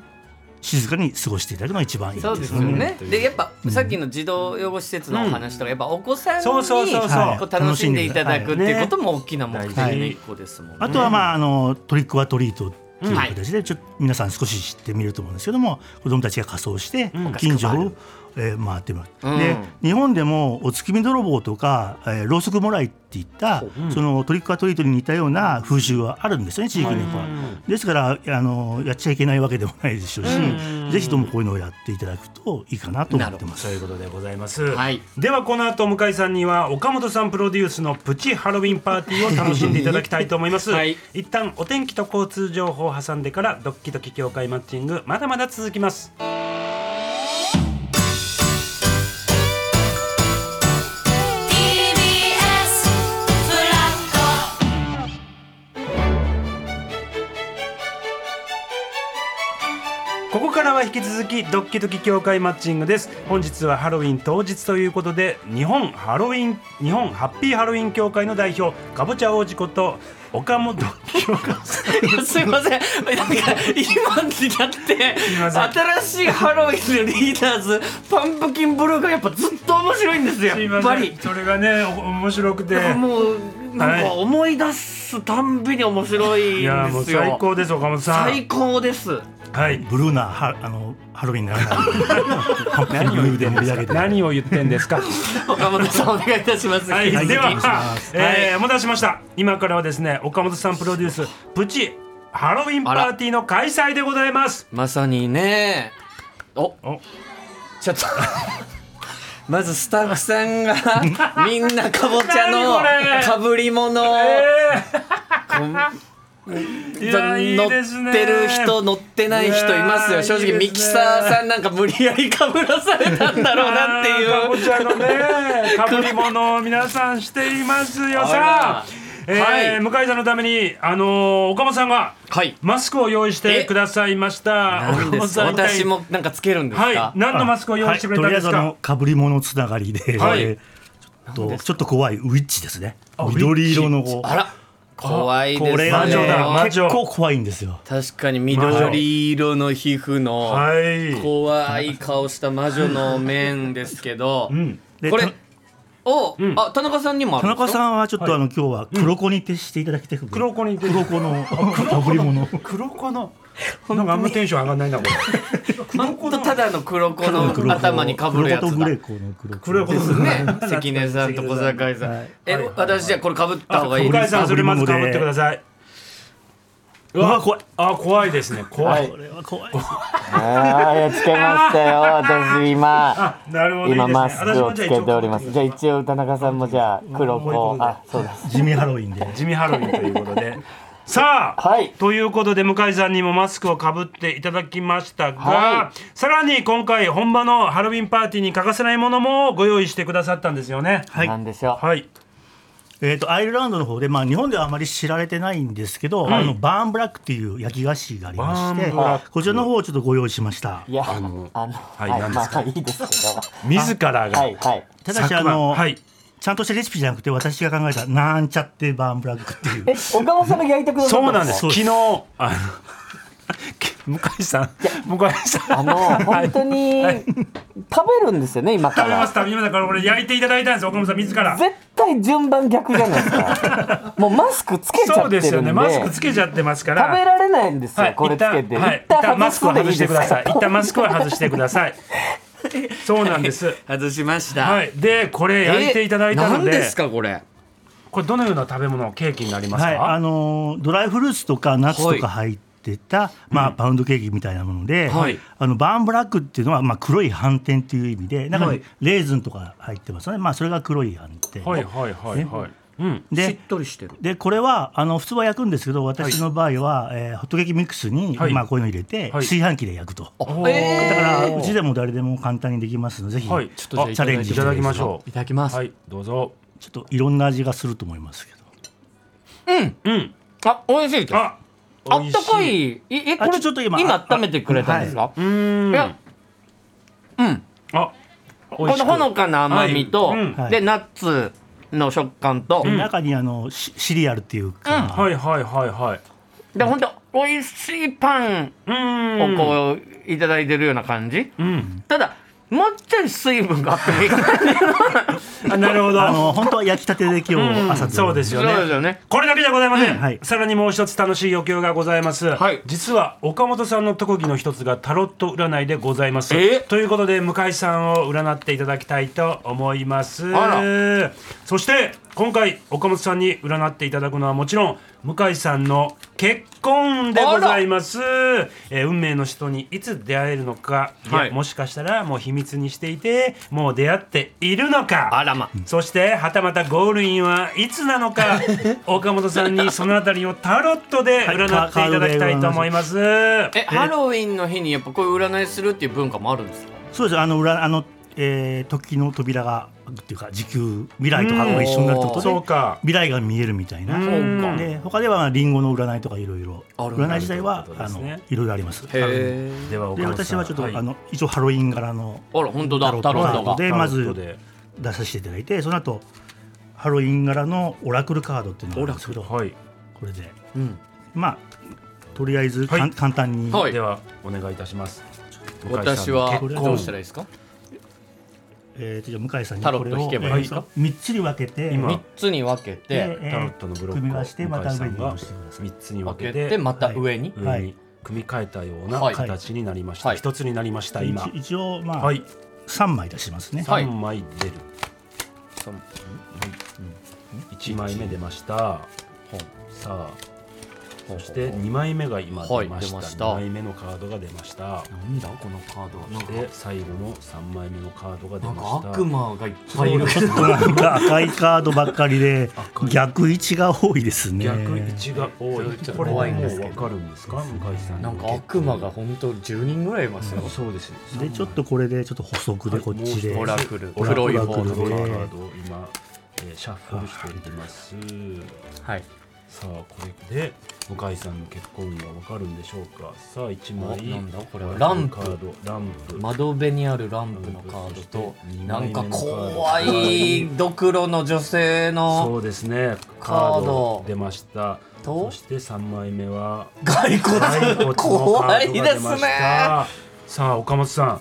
Speaker 3: 静かに過ごしていただくのが一番いいです
Speaker 1: そ
Speaker 3: よ
Speaker 1: う
Speaker 3: ね。
Speaker 1: ですよね。でやっぱさっきの児童養護施設のお話とかやっぱお子さんに
Speaker 2: そうそうそうそう
Speaker 1: こう楽しんでいただくっていうことも大きな目的
Speaker 2: は
Speaker 1: の
Speaker 2: い
Speaker 1: 一個ですもんね。
Speaker 3: あとはまああのトリックはトリートっていう
Speaker 1: はい
Speaker 3: 形でちょっと皆さん少し知ってみると思うんですけども子どもたちが仮装して
Speaker 1: ん
Speaker 3: 近所を、えー回ってます、
Speaker 1: うん
Speaker 3: で日本でもお月見泥棒とか、えーろうそくもらいっていった、そのトリックはトリートに似たような風習はあるんですよね地域には。ですからあのやっちゃいけないわけでもないでしょうし、ぜひともこういうのをやっていただくといいかなと思ってます
Speaker 2: そう。いうことでございます、
Speaker 1: はい
Speaker 2: ではこの後向井さんには岡本さんプロデュースのプチハロウィンパーティーを楽しんでいただきたいと思います、
Speaker 1: はい
Speaker 2: 一旦お天気と交通情報を挟んでからドッキドキ協会マッチングまだまだ続きますからは引き続きドッキドキ協会マッチングです本日はハロウィン当日ということで日本ハロウィン日本ハッピーハロウィン協会の代表かぼちゃ王子こと岡本清和さん
Speaker 1: い やすいませんなんか今になって
Speaker 2: いません
Speaker 1: 新しいハロウィンのリーダーズパンプキンブルーがやっぱずっと面白いんですよ
Speaker 2: すい
Speaker 1: や
Speaker 2: ま
Speaker 1: っぱ
Speaker 2: せん
Speaker 1: り
Speaker 2: それがねお面白くて
Speaker 1: もうなんか思い出すたんびに面白いん
Speaker 2: いやもう
Speaker 1: ですよ
Speaker 2: 最高です岡本さん
Speaker 1: 最高 です
Speaker 2: はい
Speaker 3: ブルーなハあのハロウィンになら ないブルーで盛り上げて
Speaker 2: 何を言ってんですか
Speaker 1: 岡本さんお願いいたします
Speaker 2: は
Speaker 1: 引
Speaker 2: い、
Speaker 1: き続き
Speaker 2: では、
Speaker 3: お願いします
Speaker 2: えーお待たせしました今からはですね岡本さんプロデュースプチハロウィンパーティーの開催でございます
Speaker 1: まさにねお
Speaker 2: お
Speaker 1: ちょっと まずスタッフさんが みんなかぼちゃの
Speaker 2: 何これ
Speaker 1: かぶり物を
Speaker 2: え
Speaker 1: こん
Speaker 2: ー、いやいい
Speaker 1: 乗
Speaker 2: ですね
Speaker 1: ってる人乗ってない人います
Speaker 2: いや
Speaker 1: よ
Speaker 2: ー
Speaker 1: 正
Speaker 2: いいですね
Speaker 1: 直ミキサーさんなんか無理やりかぶらされたんだろうなってい
Speaker 2: あーかぼ
Speaker 1: う
Speaker 2: ちゃのねかぶり物を皆さんしていますよさあ
Speaker 1: あら、
Speaker 2: えー
Speaker 1: はい
Speaker 2: 向井さんのためにあのー岡本さんが
Speaker 1: はい
Speaker 2: マスクを用意してくださいました
Speaker 1: なん
Speaker 2: 岡
Speaker 1: で
Speaker 2: 本
Speaker 1: す
Speaker 2: さ
Speaker 1: か
Speaker 2: ん一体
Speaker 1: 私もなんかつけるんですか、
Speaker 2: はい何のマスクを用意してくれたんです
Speaker 3: はいとりあえずあ
Speaker 2: か
Speaker 3: のかぶり物つながりで、
Speaker 2: はい
Speaker 3: えーちょっとちょっと怖いウィッチですね
Speaker 2: あウィッチ
Speaker 3: 緑色のこう
Speaker 1: あら怖いですね
Speaker 3: これが
Speaker 2: 魔女だ魔女
Speaker 3: ね結構怖いんですよ
Speaker 1: 確かに緑色の皮膚の、
Speaker 2: はい
Speaker 1: 怖い顔した魔女の面ですけど、
Speaker 3: で
Speaker 1: こ
Speaker 3: た
Speaker 1: れを、あ田中さんにもあ
Speaker 3: 田
Speaker 1: るんで
Speaker 3: 中
Speaker 1: すか
Speaker 3: さんはちょっと、あの今日は黒子に徹していただきたくて
Speaker 2: 黒子に黒
Speaker 3: 黒子のかぶり物
Speaker 2: 黒子のなんかあんまテンション上がんないなこれ
Speaker 1: ほんとただの黒子の
Speaker 3: 黒子
Speaker 1: 頭にかぶるやつ
Speaker 3: 黒子
Speaker 1: だ
Speaker 3: とグレ
Speaker 1: ね
Speaker 3: ーコの黒子
Speaker 2: 黒子です
Speaker 1: 関根さんと小坂井さん、え、私じゃあこれかぶった方がいい
Speaker 2: 向
Speaker 1: で
Speaker 2: 井
Speaker 1: す
Speaker 2: さんそれまずかぶってください。うわ怖い。あ怖いですね。怖い。
Speaker 3: これは怖いです
Speaker 1: ああつけましたよ私今
Speaker 2: あなるほどいいですね。私もじゃあ一応
Speaker 1: じゃあ一応田中さんもじゃあ黒
Speaker 2: 子あ
Speaker 1: そうです
Speaker 3: 地味ハロウィンで
Speaker 2: 地味ハロウィンというこ とで。さあ、
Speaker 1: はい
Speaker 2: ということで向井さんにもマスクをかぶっていただきましたが、
Speaker 1: は
Speaker 2: さらに今回本場のハロウィンパーティーに欠かせないものもご用意してくださったんですよね。
Speaker 3: はい
Speaker 1: んでしょ
Speaker 2: はい。
Speaker 3: えー、とアイルランドの方で、まあ、日本ではあまり知られてないんですけど、あのバーンブラックっていう焼き菓子がありまし
Speaker 2: バーン
Speaker 3: て
Speaker 2: ブラック
Speaker 3: こちらの方をちょっとご用意しました
Speaker 1: いや
Speaker 2: あのはい
Speaker 1: はい
Speaker 2: 何です
Speaker 1: ま
Speaker 2: か
Speaker 1: あいいですけ
Speaker 2: 自ら
Speaker 1: ど
Speaker 2: が。
Speaker 1: はいはい
Speaker 3: ただ
Speaker 2: 昨
Speaker 3: しあ
Speaker 2: 晩
Speaker 3: の、
Speaker 2: はい。
Speaker 3: ちゃんとしたレシピじゃなくて私が考えたなんちゃってバーンブラックっていう
Speaker 1: 岡本さんが焼いてくださった
Speaker 2: そうなんです。
Speaker 3: そう
Speaker 2: 昨
Speaker 3: です
Speaker 2: 日あの 向井さん、向井さん。
Speaker 1: あの本当に食べるんですよね今か
Speaker 2: 食べま
Speaker 1: ら
Speaker 2: す食べますだからこれ焼いていただいたんです岡本さん自ら
Speaker 1: 絶対順番逆じゃないです かもうマスクつけちゃ
Speaker 2: そう
Speaker 1: って
Speaker 2: です
Speaker 1: る
Speaker 2: よ
Speaker 1: んで
Speaker 2: ねマスクつけちゃってますから
Speaker 1: 食べられないんですよ、
Speaker 2: はい
Speaker 1: これつけて、
Speaker 2: 一旦,、はい、一旦マスクを外してください一旦マスクを外してくださいそうなんです
Speaker 1: 外しました
Speaker 2: はいでこれ焼いていただいたので,、
Speaker 1: 何ですかこれ
Speaker 2: これどのような食べ物ケーキになりますか、
Speaker 3: はいあのードライフルーツとかナッツとか入ってた、まあ、パウンドケーキみたいなもので、
Speaker 1: はい
Speaker 3: あのバーンブラックっていうのは、まあ、黒い斑点っていう意味で中
Speaker 2: は
Speaker 3: に
Speaker 2: い
Speaker 3: レーズンとか入ってますよね、まあ、それが黒い斑点、
Speaker 2: はいはいはいはい、うん
Speaker 1: しっ
Speaker 3: で
Speaker 1: とりしてる
Speaker 3: でこれはあの普通は焼くんですけど私の場合は、えーホットケーキミックスに、
Speaker 2: はい
Speaker 3: まあ、こういうの入れて、
Speaker 2: はい
Speaker 3: 炊飯器で焼くと。
Speaker 2: おー
Speaker 1: え
Speaker 3: だから
Speaker 1: ー
Speaker 3: うちでも誰でも簡単にできますのでぜひ、
Speaker 2: はい
Speaker 3: ち
Speaker 2: ち
Speaker 3: ょ
Speaker 2: ょ
Speaker 3: っ
Speaker 2: っ
Speaker 1: とじゃあ
Speaker 3: とチャレンジ
Speaker 2: いただきましょ
Speaker 1: いただきま
Speaker 2: う
Speaker 1: す、
Speaker 2: はいどうぞ
Speaker 3: うちょっといろんな味がすると思いますけど
Speaker 2: うん
Speaker 1: あ美味しいです
Speaker 2: あ
Speaker 1: あったか
Speaker 2: 美味し
Speaker 1: いいえ
Speaker 3: あ
Speaker 1: これ
Speaker 3: ちょっと今
Speaker 1: 温めてくれたんですか、
Speaker 2: うーん
Speaker 1: いやうん
Speaker 2: あ美
Speaker 1: このほのかな甘みと、
Speaker 2: はいうん
Speaker 3: はい
Speaker 1: でナッツの食感と、
Speaker 3: で中にあのシシリアルっていうか、
Speaker 2: はいはいはいはい
Speaker 1: で本当美味しいパン
Speaker 2: うー
Speaker 1: を
Speaker 2: ん
Speaker 1: こういただいてるような感じ、
Speaker 2: うん
Speaker 1: ただもうちょい水分があってもいいかな
Speaker 2: あなるほど
Speaker 3: あの本当は焼きたてで今
Speaker 2: うん
Speaker 3: 日朝
Speaker 2: そうですよね
Speaker 1: そうですよね
Speaker 2: これだけじゃございません、
Speaker 3: うんはい
Speaker 2: さらにもう一つ楽しい余興がございます、
Speaker 1: はい
Speaker 2: 実は岡本さんの特技の一つがタロット占いでございます
Speaker 1: え
Speaker 2: ということで向井さんを占っていただきたいと思います
Speaker 1: あ
Speaker 2: そして今回岡本さんに占っていただくのはもちろん向井さんの結婚でございます、えー運命の人にいつ出会えるのか、いや
Speaker 1: はい
Speaker 2: もしかしたらもう秘密にしていてもう出会っているのか
Speaker 1: あらま
Speaker 2: そしてはたまたゴールインはいつなの か岡本さんにそのあたりをタロットで占っていただきたいと思います。
Speaker 1: えハロウィンの日にやっぱこういう占いするっていう文化もあるんですか
Speaker 3: そうですあの裏あのえー、時の扉がっていうか時給未来とかが一緒になるってことで、
Speaker 2: そうか
Speaker 3: 未来が見えるみたいな、
Speaker 2: うん
Speaker 1: そうか
Speaker 3: で他ではリンゴの占いとかいろいろ
Speaker 1: あるんだ
Speaker 3: 占い自体は
Speaker 2: ということ
Speaker 3: あ
Speaker 2: ですね
Speaker 3: のいろいろあります。で
Speaker 1: へえ
Speaker 2: では岡本さ
Speaker 3: 私
Speaker 2: ん
Speaker 3: はちょっと、
Speaker 2: はい
Speaker 3: あの一応ハロウィン柄の
Speaker 1: あら本当だタロット
Speaker 3: タロット
Speaker 1: が
Speaker 3: でまず
Speaker 2: タロットで
Speaker 3: 出させていただいてその後ハロウィン柄のオラクルカードっていうのがあるんですけどこ
Speaker 2: はい
Speaker 3: れで
Speaker 1: うん
Speaker 3: まあとりあえず、
Speaker 2: はい
Speaker 3: かん簡単に、
Speaker 1: はい
Speaker 2: ではお願いいたします向井さんの
Speaker 1: 私は
Speaker 2: 結
Speaker 1: どうしたらいいですか
Speaker 3: えーとじゃあ向井さんに
Speaker 1: タロッ
Speaker 3: こ
Speaker 1: ト
Speaker 3: れを
Speaker 1: 引けばいいですか
Speaker 3: えーとみっちり分けて
Speaker 2: 今
Speaker 1: 3つに分けて
Speaker 3: えー
Speaker 2: タロットのブロックを
Speaker 3: 組みましてまた上に
Speaker 2: 向井
Speaker 3: 戻して
Speaker 2: さ
Speaker 3: く
Speaker 2: ん
Speaker 3: だ
Speaker 2: が
Speaker 3: さい
Speaker 2: 三つに分
Speaker 1: 分け
Speaker 2: けて
Speaker 1: てまた上に
Speaker 2: 上に組み替えたような
Speaker 1: はい
Speaker 2: 形になりまし
Speaker 1: は
Speaker 2: た
Speaker 1: い
Speaker 2: 一、つになりました今
Speaker 3: 一一応まあ、
Speaker 2: はい
Speaker 3: 3枚出しますね、
Speaker 1: はい
Speaker 2: 三枚出る
Speaker 1: そう
Speaker 2: 一枚目出ましたさあ
Speaker 1: ほうほうほう
Speaker 2: そして二枚目が今
Speaker 1: は
Speaker 2: 出
Speaker 1: い
Speaker 2: ました
Speaker 1: 出まし
Speaker 2: 二、
Speaker 1: た
Speaker 2: 枚目のカードが出ました
Speaker 1: なんだこのカードはなん
Speaker 2: で最後の三枚目のカードが出ました
Speaker 1: 魔がいっぱいいる
Speaker 3: ちょっと なんか赤いカードばっかりで
Speaker 2: 赤い
Speaker 3: 逆位置が多いですね
Speaker 2: 逆位置が多い、
Speaker 1: それちょっと
Speaker 2: これも
Speaker 1: 怖
Speaker 2: う
Speaker 1: いんですけ
Speaker 2: 分
Speaker 1: ど
Speaker 2: かるんですか向井さん
Speaker 1: なんか悪魔が本当10人ぐらいいますよ
Speaker 2: そうですね
Speaker 3: でちょっとこれでちょっと補足でこっちで、
Speaker 1: オラクル
Speaker 2: オラク
Speaker 1: 黒い
Speaker 2: ル
Speaker 1: 方の
Speaker 2: 黒いカ
Speaker 3: ね
Speaker 2: ードを今、えーシャッフルしていきます
Speaker 1: はい
Speaker 2: さあこれで向井さんの結婚がわかるんでしょうかさあ一枚
Speaker 1: おなんだこれは
Speaker 2: ランプカードランプ
Speaker 1: 窓辺にあるランプのカードと
Speaker 2: うん
Speaker 1: なんか怖いドクロの女性の
Speaker 2: そうですねカ
Speaker 1: カ
Speaker 2: ー
Speaker 1: ード
Speaker 2: ド出ました
Speaker 1: と
Speaker 2: そして3枚 目は
Speaker 1: 骸
Speaker 2: 骸骨
Speaker 1: 骨
Speaker 2: のカ
Speaker 1: 怖
Speaker 2: ー
Speaker 1: い
Speaker 2: ド
Speaker 1: で
Speaker 2: が出
Speaker 1: す
Speaker 2: まし
Speaker 1: ね
Speaker 2: たさあ岡本さん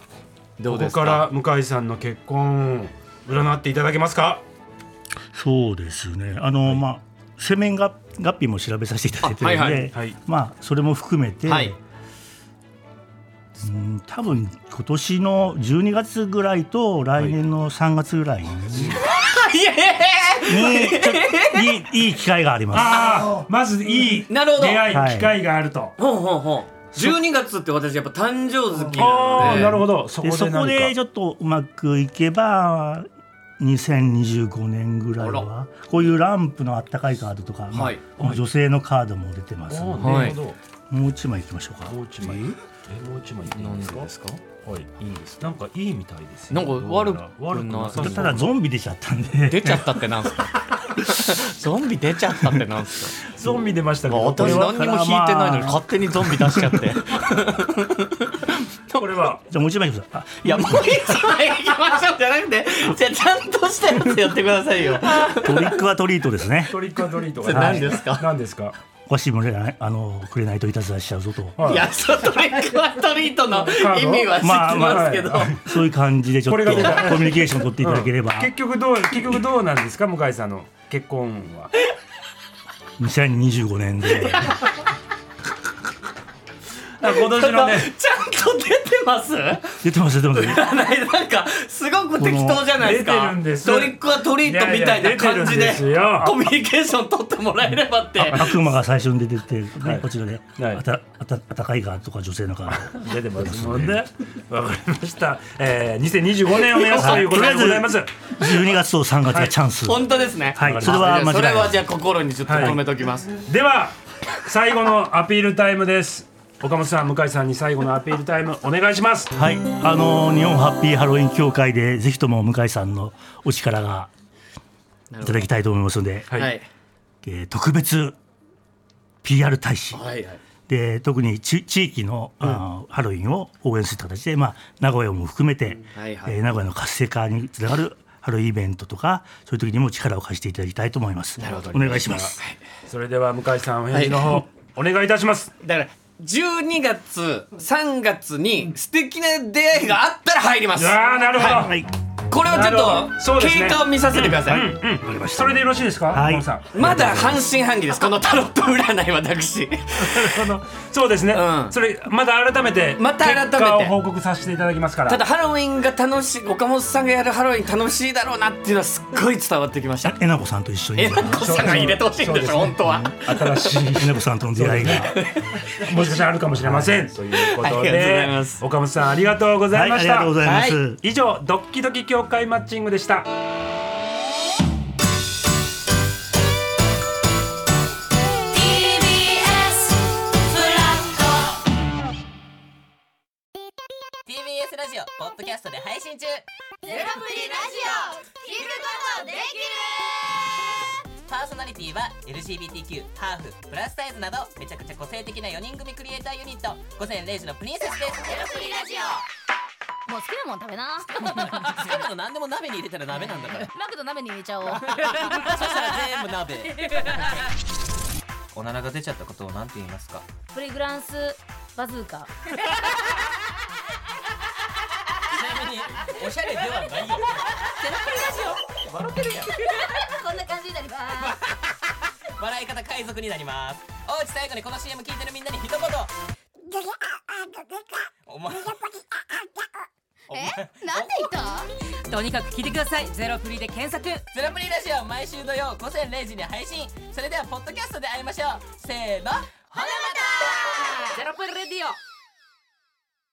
Speaker 1: ど
Speaker 2: こ
Speaker 1: う
Speaker 2: こ
Speaker 1: です
Speaker 2: から
Speaker 1: か
Speaker 2: 向井さんの結婚占っていただけますか
Speaker 3: そうですねあの、まあ生年月月日も調べさせていただいてるので、
Speaker 1: あはいは
Speaker 2: はい
Speaker 3: まあそれも含めて、
Speaker 1: はい
Speaker 3: うん多分今年の12月ぐらいと来年の3月ぐらいに,、ちょっといいいい機会があります。
Speaker 2: ああまずいい
Speaker 1: なるほど
Speaker 2: 出会い、
Speaker 3: はい
Speaker 2: 機会があると
Speaker 1: ほうほうほう12月って私やっぱ誕生月
Speaker 2: あ
Speaker 1: な
Speaker 2: あ
Speaker 1: んで
Speaker 2: なるほどそこ
Speaker 3: で
Speaker 2: で
Speaker 3: そこで
Speaker 2: 何
Speaker 3: ち
Speaker 2: か
Speaker 3: ょっとうまくいけば2025年ぐらい
Speaker 1: あ
Speaker 3: はこういうランプのあったかいカードとか、まあ
Speaker 1: はい
Speaker 3: この女性のカードも出てます
Speaker 2: お
Speaker 3: の
Speaker 2: ー
Speaker 3: で、
Speaker 1: はい
Speaker 2: なるほど、
Speaker 3: もう一枚いきましょうか。
Speaker 2: もう一枚えもう一枚いっていいんですか
Speaker 1: か
Speaker 2: はいいいですなんかいいみたいですよ
Speaker 1: なんか悪く
Speaker 2: どうやら悪くなさそう
Speaker 1: な
Speaker 3: ただゾンビ出ちゃったんで
Speaker 1: 出ちゃったってなんすかゾンビ出ちゃったってなんすか
Speaker 2: ゾンビ出ましたけどこれ
Speaker 1: 私
Speaker 2: は
Speaker 1: 何にも引いてないのに勝手にゾンビ出しちゃって
Speaker 2: これは
Speaker 3: じゃあもう一枚いきましょうあ
Speaker 1: いやもう一枚行きましょうじゃなくてじゃあちゃんとしたやつやってくださいよ
Speaker 3: トリックはトリートですね。
Speaker 2: トリックアドリート
Speaker 1: それ何ですか
Speaker 2: 何ですか
Speaker 3: お菓子もねあのくれないといたずらしちゃうぞと。
Speaker 2: はい
Speaker 1: いやそのトリックアトリートの意味は知ってますけど、
Speaker 2: まあまあ
Speaker 3: そういう感じでちょっ
Speaker 2: これ
Speaker 3: と
Speaker 2: が
Speaker 3: コ
Speaker 2: 出
Speaker 3: ミ
Speaker 2: た
Speaker 3: ュニケーション取っていただければ、
Speaker 2: 結局どう結局どうなんですか向井さんの結婚は
Speaker 3: 2025年で
Speaker 2: 今
Speaker 1: ちょっと
Speaker 2: 年
Speaker 1: ちゃん
Speaker 2: のね
Speaker 1: と出てます
Speaker 3: 出てます出てます。
Speaker 1: なんかすごく適当じゃないです
Speaker 2: この出て
Speaker 1: か
Speaker 2: るんです
Speaker 1: トリックはトリートみたいな感じ
Speaker 2: いやいや出て
Speaker 1: で
Speaker 2: るんですよ
Speaker 1: コミュニケーション取ってもらえれば って
Speaker 3: 悪魔が最初に出てって、ね
Speaker 2: はい
Speaker 3: こちらで、
Speaker 2: はい
Speaker 3: あたあた暖かいがとか女性のか
Speaker 2: 出てますもんねわかりました、えー、2025年を目指すということでございますは
Speaker 3: 12月と3月がチャンス。
Speaker 1: 本当ですね
Speaker 3: はい
Speaker 1: あ
Speaker 3: それは間違いない
Speaker 1: それはじゃあ心にちょっと留めときます、
Speaker 2: いでは最後のアピールタイムです岡本さん向井さんに最後のアピールタイムお願いします
Speaker 3: はい、あの日本ハッピーハロウィン協会でぜひとも向井さんのお力がいただきたいと思いますので、
Speaker 2: はい
Speaker 1: はい
Speaker 3: えー特別 PR 大使
Speaker 1: はいはい
Speaker 3: で特にち地域の、あーハロウィンを応援する形で、まあ、名古屋も含めて、
Speaker 1: はいはい
Speaker 3: えー名古屋の活性化につながるハロウィンイベントとかそういう時にも力を貸していただきたいと思います。
Speaker 1: なるほど
Speaker 3: お願いします。
Speaker 2: それでは向井さんお返事の方、お願いいたします
Speaker 1: だから12月3月に素敵な出会いがあったら入ります
Speaker 2: ああなるほど、
Speaker 3: はい、わか
Speaker 1: これをちょっ
Speaker 2: なるほどそう
Speaker 1: と
Speaker 2: ですね
Speaker 1: 経過を見させてください、
Speaker 3: りました
Speaker 2: そ。れでよろしいですか、
Speaker 3: は
Speaker 2: 岡
Speaker 3: い
Speaker 2: 本さん
Speaker 1: まだ半信半疑ですこのタロット占い私
Speaker 2: そのそうですね、
Speaker 1: うん
Speaker 2: それまた改めて
Speaker 1: また改めて
Speaker 2: 結果を報告させていただきますから
Speaker 1: ただハロウィンが楽しい岡本さんがやるハロウィン楽しいだろうなっていうのはすっごい伝わってきました
Speaker 3: えなこさんと一緒に
Speaker 1: えなこさんが入れてほしいんでしょ
Speaker 2: そうそう
Speaker 1: 本当は
Speaker 2: 新しい
Speaker 3: えなこさんとの出会いが
Speaker 2: もしかしたらあるかもしれません、ということ
Speaker 1: ありがとうござ
Speaker 2: で
Speaker 1: います
Speaker 2: 岡本さんありがとうござ
Speaker 3: はいい、
Speaker 2: ま
Speaker 3: あ
Speaker 2: し
Speaker 3: り
Speaker 2: た、
Speaker 3: がとうございます。
Speaker 1: は
Speaker 2: 以上ドッキドキ協会マッチングでした
Speaker 4: ラ
Speaker 5: TBS ラジオポッドキャストで配信中
Speaker 4: ジオゼロプリラジオ聞くことできる
Speaker 5: パーソナリティは LGBTQ ハーフプラスサイズなどめちゃくちゃ個性的な4人組クリエイターユニット午前0時のプリンセスです
Speaker 4: ゼロプリラジ オもう好きなもん食べ な
Speaker 5: 好きなの何でも鍋に入れたら鍋なんだから
Speaker 4: マクド鍋に入れち ゃおう
Speaker 5: そしたら全部鍋おならが出ちゃったことを何て言いますか
Speaker 4: プリグランスバズー カ
Speaker 5: ちなみにおしゃれで はないよ
Speaker 4: ゼロプリラジ
Speaker 5: 笑ってるやん
Speaker 4: オこんな感じになります
Speaker 5: 笑い方海賊になりますおうち最後にこの CM 聞いてるみんなに一言お前お前
Speaker 4: え なんで言ったとにかく聞いてくださいゼロプリで検索
Speaker 5: ゼロプリラジオ毎週土曜午前0時に配信それではポッドキャストで会いましょうせーのほなまた
Speaker 4: ゼロプリラディオ